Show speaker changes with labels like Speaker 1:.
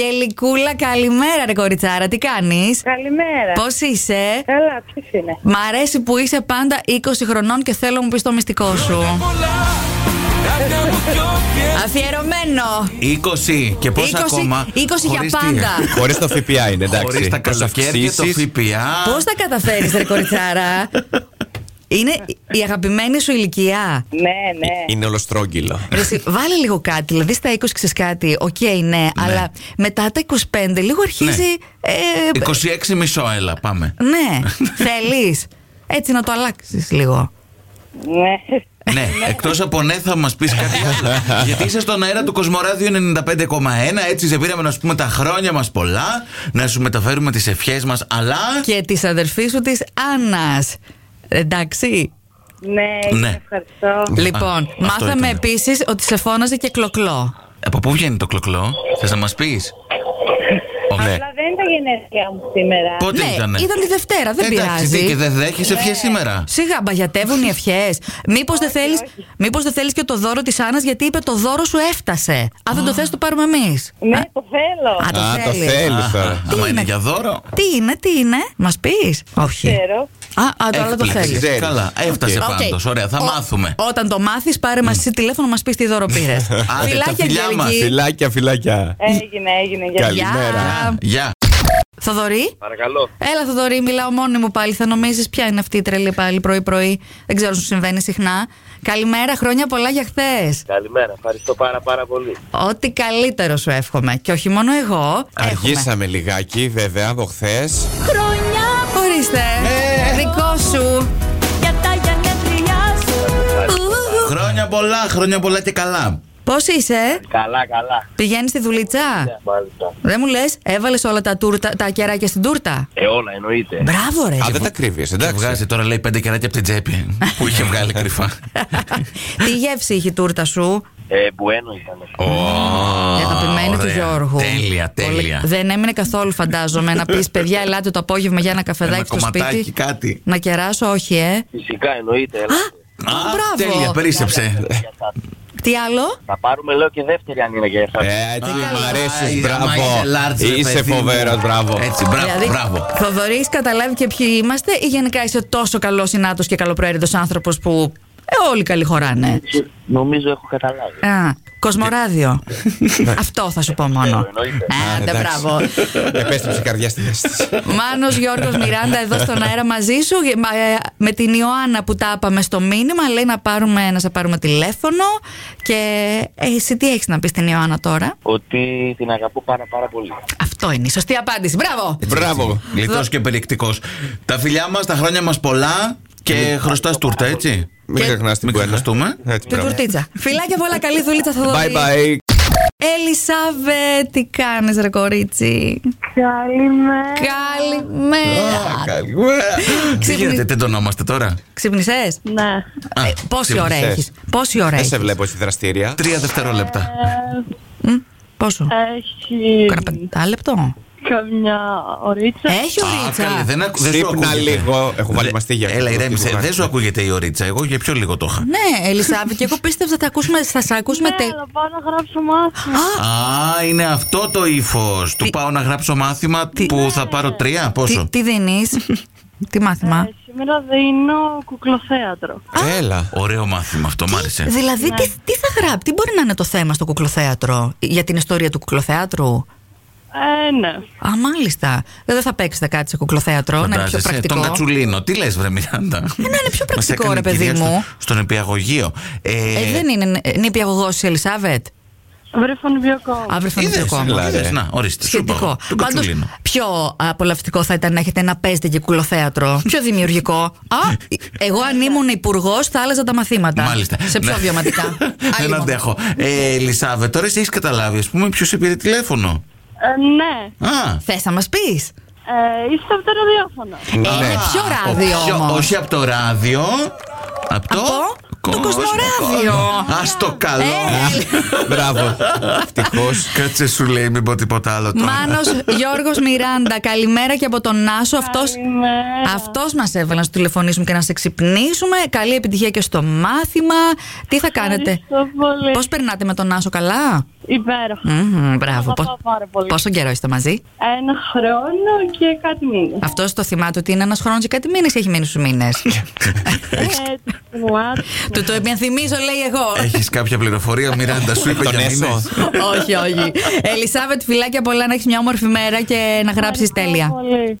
Speaker 1: Αγγελικούλα, καλημέρα, ρε κοριτσάρα, τι κάνεις.
Speaker 2: Καλημέρα.
Speaker 1: Πώς είσαι,
Speaker 2: Καλά, ποιος είναι.
Speaker 1: Μ' αρέσει που είσαι πάντα 20 χρονών και θέλω να μου πεις το μυστικό σου. Αφιερωμένο.
Speaker 3: 20 και πόσα
Speaker 1: 20
Speaker 3: ακόμα.
Speaker 1: 20 για
Speaker 3: χωρίς τι?
Speaker 1: πάντα.
Speaker 4: Χωρίς το ΦΠΑ είναι, εντάξει.
Speaker 3: Χωρίς τα
Speaker 4: Προς
Speaker 3: καλοκαίρια και το
Speaker 4: αυξήσεις.
Speaker 3: ΦΠΑ.
Speaker 1: Πώ τα καταφέρεις, ρε κοριτσάρα. Είναι η αγαπημένη σου ηλικία.
Speaker 2: Ναι, ναι.
Speaker 4: Είναι ολοστρόγγυλο.
Speaker 1: Ρε εσύ, Βάλε λίγο κάτι, δηλαδή στα 20 ξέρεις κάτι, οκ, ναι, αλλά μετά τα 25 λίγο αρχίζει. ε,
Speaker 3: 26 μισό, έλα, πάμε.
Speaker 1: Ναι, θέλεις. Έτσι να το αλλάξεις λίγο.
Speaker 2: ναι.
Speaker 3: ναι, εκτός από ναι, θα μας πεις κάτι άλλο. Γιατί είσαι στον αέρα του Κοσμοράδιου 95,1. Έτσι σε πήραμε να σου πούμε τα χρόνια μας πολλά, να σου μεταφέρουμε τις ευχές μας, αλλά.
Speaker 1: Και τη αδερφή σου της Άννας. Εντάξει.
Speaker 2: Ναι,
Speaker 3: Ναι.
Speaker 2: ευχαριστώ.
Speaker 1: Λοιπόν,
Speaker 3: αυτό
Speaker 1: μάθαμε
Speaker 3: ήταν.
Speaker 1: επίσης ότι σε φώναζε και κλοκλό.
Speaker 3: Από πού βγαίνει το κλοκλό, θες να μας πεις. Ναι.
Speaker 2: Αλλά δεν ήταν γενέθλια μου σήμερα.
Speaker 3: Πότε
Speaker 1: ναι,
Speaker 3: ήτανε?
Speaker 1: ήταν τη Δευτέρα, δεν
Speaker 3: Εντάξει, τι,
Speaker 1: πειράζει. Ναι.
Speaker 3: και δεν δέχεσαι ευχές σήμερα.
Speaker 1: Σιγά, μπαγιατεύουν οι ευχές. Μήπως δεν θέλει μήπως δεν θέλεις και το δώρο της Άννας, γιατί είπε το δώρο σου έφτασε. Αν δεν το θες, το πάρουμε εμείς.
Speaker 2: Ναι, το θέλω.
Speaker 1: Α, το
Speaker 4: Α, το
Speaker 1: θέλεις.
Speaker 4: θέλεις
Speaker 3: Α,
Speaker 4: τώρα.
Speaker 3: Άμα
Speaker 1: είναι? Ε,
Speaker 3: είναι για δώρο.
Speaker 1: Τι είναι, τι είναι, μας πεις. Όχι.
Speaker 2: Ξέρω.
Speaker 1: Α, α, το άλλο το
Speaker 3: Έκπληξη.
Speaker 1: θέλεις.
Speaker 4: Ξέρεις.
Speaker 3: Καλά, έφτασε
Speaker 1: Οκ.
Speaker 3: πάντως, Ωραία, θα
Speaker 1: Ο-
Speaker 3: μάθουμε.
Speaker 1: Όταν το μάθεις, πάρε μας εσύ τηλέφωνο να μας πεις τι δώρο πήρες.
Speaker 3: Ναι. τα
Speaker 1: Φιλάκια,
Speaker 3: φιλιά μας.
Speaker 1: Αγγελική.
Speaker 4: Φυλάκια, φυλάκια.
Speaker 2: Έγινε, έγινε.
Speaker 1: Ε,
Speaker 2: Για
Speaker 4: Καλή. Καλημέρα.
Speaker 3: Γεια.
Speaker 1: Θοδωρή.
Speaker 5: Παρακαλώ.
Speaker 1: Έλα, Θοδωρή, μιλάω μόνη μου πάλι. Θα νομίζεις ποια είναι αυτή η τρελή πάλι πρωί-πρωί. Δεν ξέρω αν σου συμβαίνει συχνά. Καλημέρα, χρόνια πολλά για χθες.
Speaker 5: Καλημέρα. Ευχαριστώ πάρα πάρα πολύ.
Speaker 1: Ό,τι καλύτερο σου εύχομαι. Και όχι μόνο εγώ. Έχουμε.
Speaker 4: Αργήσαμε λιγάκι, βέβαια, από χθες.
Speaker 6: Χρόνια
Speaker 1: Ορίστε.
Speaker 4: Ε.
Speaker 1: Δικό σου.
Speaker 6: για τα γενέθλιά σου.
Speaker 3: Χρόνια πολλά, χρόνια πολλά και καλά.
Speaker 1: Πώς είσαι,
Speaker 5: Καλά, καλά.
Speaker 1: πηγαίνεις στη δουλίτσα.
Speaker 5: Ναι, Μάλιστα.
Speaker 1: Δεν μου λες, έβαλες όλα τα, τούρτα, τα κεράκια στην τούρτα.
Speaker 5: Ε, όλα εννοείται.
Speaker 1: Μπράβο, ρε.
Speaker 4: Α, δεν τα κρύβεις,
Speaker 3: Ε, Και
Speaker 4: εντάξει.
Speaker 3: βγάζει τώρα λέει πέντε κεράκια από την τσέπη που είχε βγάλει κρυφά.
Speaker 1: Τι γεύση είχε η τούρτα σου,
Speaker 5: Ε, μπουένο ήταν.
Speaker 3: Ω,
Speaker 1: Η αγαπημένη του
Speaker 3: ωραία.
Speaker 1: Γιώργου.
Speaker 3: Τέλεια, τέλεια.
Speaker 1: Πολύ- Δεν έμεινε καθόλου, φαντάζομαι, να πεις παιδιά, ελάτε το απόγευμα για ένα καφεδάκι
Speaker 3: Ένα
Speaker 1: στο
Speaker 3: κομματάκι,
Speaker 1: σπίτι.
Speaker 3: κάτι.
Speaker 1: Να κεράσω, όχι, ε.
Speaker 5: Φυσικά εννοείται. Έλα.
Speaker 1: Α, μπράβο. Ε,
Speaker 3: τέλεια, περίσεψε.
Speaker 1: Τι άλλο.
Speaker 5: Θα πάρουμε λέω και δεύτερη αν είναι για εσάς.
Speaker 4: Ε, έτσι μ' αρέσει,
Speaker 3: Α, άμα
Speaker 4: μπράβο.
Speaker 3: είσαι large, ρε
Speaker 4: Είσαι
Speaker 3: παιδί μου. Ε,
Speaker 4: φοβερό, μπράβο.
Speaker 3: Έτσι, μπράβο, μπράβο.
Speaker 1: Δηλαδή, Θοδωρής, καταλάβει και ποιοι είμαστε, ή γενικά είσαι τόσο καλός συνάτο και καλοπροαίρετος άνθρωπος που. Ε, όλοι καλοί χωράνε.
Speaker 5: Ε. Νομίζω έχω καταλάβει.
Speaker 1: Α, Κοσμοράδιο. Αυτό θα σου πω μόνο.
Speaker 5: Ε, εννοείται.
Speaker 1: Ε, Άντε,
Speaker 4: εντάξει.
Speaker 1: μπράβο.
Speaker 4: Επέστρεψε η καρδιά στη θέση της.
Speaker 1: Μάνος Γιώργος Μιράντα εδώ στον αέρα μαζί σου. Γε- μα- ε, Με την Ιωάννα που τα είπαμε στο μήνυμα, λέει να, πάρουμε, να σε πάρουμε τηλέφωνο. Και ε, εσύ τι έχεις να πεις στην Ιωάννα τώρα.
Speaker 5: Ότι την αγαπώ πάρα πάρα πολύ.
Speaker 1: Αυτό είναι η σωστή απάντηση. Μπράβο!
Speaker 4: Μπράβο.
Speaker 3: Γλιτός και περιεκτικός. Τα φιλιά μας, τα χρόνια μας πολλά
Speaker 4: Ε,
Speaker 3: και χρωστά τούρτα, έτσι.
Speaker 4: Μην ξεχνάς την
Speaker 3: Μην
Speaker 4: κουέντα.
Speaker 3: ξεχαστούμε.
Speaker 4: Έτσι,
Speaker 1: Την
Speaker 4: μπράβο.
Speaker 1: τουρτίτσα. Φιλάκια πολλά, καλή δουλίτσα θα δω.
Speaker 4: Bye bye.
Speaker 1: Ελισάβε, τι κάνεις, ρε κορίτσι.
Speaker 2: Καλημέρα.
Speaker 1: Καλημέρα.
Speaker 3: Τι
Speaker 1: Ξύπνη-
Speaker 3: γίνεται, τεντωνόμαστε τώρα.
Speaker 1: Ξύπνησες.
Speaker 2: Ναι.
Speaker 3: Α,
Speaker 1: Ε, Πόση ώρα
Speaker 3: ξύπνησες.
Speaker 1: έχεις. Πόση ώρα
Speaker 4: Δεν σε
Speaker 1: έχεις.
Speaker 4: βλέπω στη δραστήρια.
Speaker 3: Τρία δευτερόλεπτα.
Speaker 1: Πόσο.
Speaker 2: Έχει
Speaker 1: Κάνα πεντάλεπτο.
Speaker 2: καμιά ωρίτσα.
Speaker 1: Έχει ο
Speaker 3: Α, καλέ,
Speaker 1: Ρίτσα.
Speaker 3: δεν ακου- δεν σου
Speaker 4: Ξύπνα
Speaker 3: ακούγεται.
Speaker 4: λίγο. Έχω βάλει
Speaker 3: Δε-
Speaker 4: μαστίγια.
Speaker 3: Έλα, ηρέμησε.
Speaker 4: Τίποτα.
Speaker 3: Δεν σου ακούγεται η ωρίτσα. Εγώ για πιο λίγο το είχα.
Speaker 1: Ναι, Ελισάβη, και εγώ πίστευα θα, τα ακούσουμε, θα σε ακούσουμε
Speaker 2: Ναι,
Speaker 1: τε...
Speaker 2: θα πάω να γράψω μάθημα.
Speaker 3: Α, είναι αυτό το ύφος. Του πάω να γράψω μάθημα που θα πάρω τρία.
Speaker 1: Τι,
Speaker 3: Πόσο.
Speaker 1: τι δίνεις, τι μάθημα.
Speaker 2: Ε, Σήμερα δίνω κουκλοθέατρο.
Speaker 4: Έλα.
Speaker 3: Ωραίο μάθημα αυτό, μ' άρεσε.
Speaker 2: Ναι.
Speaker 1: δηλαδή, τι, τι θα γράψει, τι μπορεί να είναι το θέμα στο κουκλοθέατρο, για την ιστορία του κουκλοθέατρου.
Speaker 2: Ε, ναι.
Speaker 1: Α, μάλιστα. Ε, Δεν θα παίξετε κάτι σε κουκλοθέατρο, να είναι πιο
Speaker 3: Φαντάζεσαι,
Speaker 1: πρακτικό. Ε,
Speaker 3: Τον Κατσουλίνο, τι λες, Βρε Μιράντα.
Speaker 1: είναι πιο
Speaker 3: Μας
Speaker 1: πρακτικό,
Speaker 3: έκανε
Speaker 1: ρε, παιδί
Speaker 3: κυρία στο-
Speaker 1: μου.
Speaker 3: Στον επιαγωγείο.
Speaker 1: Ε, δεν είναι ε, νηπιαγωγό η Ελισάβετ.
Speaker 2: Βρε φωνηπιακό.
Speaker 1: Αύριο θα είναι
Speaker 3: Είδες,
Speaker 1: πιο κόμμα.
Speaker 3: είδες,
Speaker 4: Λάρε.
Speaker 3: Να, ορίστε. σου
Speaker 1: Σχετικό.
Speaker 3: είπα, Τον
Speaker 1: Πάντως,
Speaker 3: Κατσουλίνο.
Speaker 1: πιο απολαυστικό θα ήταν να έχετε ένα παίζετε και κουκλοθέατρο. Πιο δημιουργικό. Α, εγώ αν ήμουν υπουργός θα άλλαζα τα μαθήματα.
Speaker 3: Μάλιστα.
Speaker 1: Σε πιο
Speaker 3: Ναι.
Speaker 1: βιωματικά. λοιπόν, Άλλη
Speaker 3: Δεν
Speaker 1: μόνο.
Speaker 3: αντέχω. Ε, Ελισάβε, τώρα εσύ έχεις καταλάβει, ας πούμε, ποιος σε πήρε τηλέφωνο.
Speaker 2: Ε, ναι.
Speaker 3: Α,
Speaker 1: Θες να μας πεις.
Speaker 2: Ε, είστε από το ραδιόφωνο.
Speaker 1: Είναι
Speaker 4: Ναι.
Speaker 1: πιο Ε, ράδιο
Speaker 3: Ο πιο-
Speaker 1: όμως.
Speaker 3: Όχι από το ράδιο. Από το.
Speaker 1: Από το
Speaker 3: Κόσμο-
Speaker 1: Κοσμοράδιο. Ε,
Speaker 3: Α το καλό.
Speaker 4: Μπράβο. Ευτυχώς.
Speaker 3: Κάτσε σου λέει, μην πω τίποτα άλλο τώρα.
Speaker 1: Μάνος Γιώργος Μιράντα, καλημέρα και από τον Νάσο. Αυτός,
Speaker 2: Καλημέρα.
Speaker 1: αυτός μας έβαλε να σου τηλεφωνήσουμε και να σε ξυπνήσουμε. Καλή επιτυχία και στο μάθημα. Τι θα κάνετε.
Speaker 2: Ευχαριστώ πολύ.
Speaker 1: Πώς περνάτε με τον Νάσο καλά.
Speaker 2: Υπέροχα.
Speaker 1: Μμμ, μπράβο.
Speaker 2: Αγαπάω
Speaker 1: Πο-
Speaker 2: πάρα πολύ.
Speaker 1: Πόσο καιρό είστε μαζί.
Speaker 2: Ένα χρόνο και κάτι μήνες.
Speaker 1: Αυτό το θυμάται ότι είναι ένας χρόνος και κάτι μήνες έχει μείνει στους μήνες.
Speaker 2: Ε, Έτσι, μου άρεσε.
Speaker 1: Του το υπενθυμίζω, λέει εγώ.
Speaker 3: Έχεις κάποια πληροφορία, Μιράντα, σου είπε
Speaker 4: Τον
Speaker 3: για
Speaker 4: έσω.
Speaker 3: μήνες.
Speaker 1: όχι, όχι. Ελισάβετ, φυλάκια πολλά να έχεις μια όμορφη μέρα και να γράψεις
Speaker 2: Ευχαριστώ
Speaker 1: τέλεια.
Speaker 2: πολύ.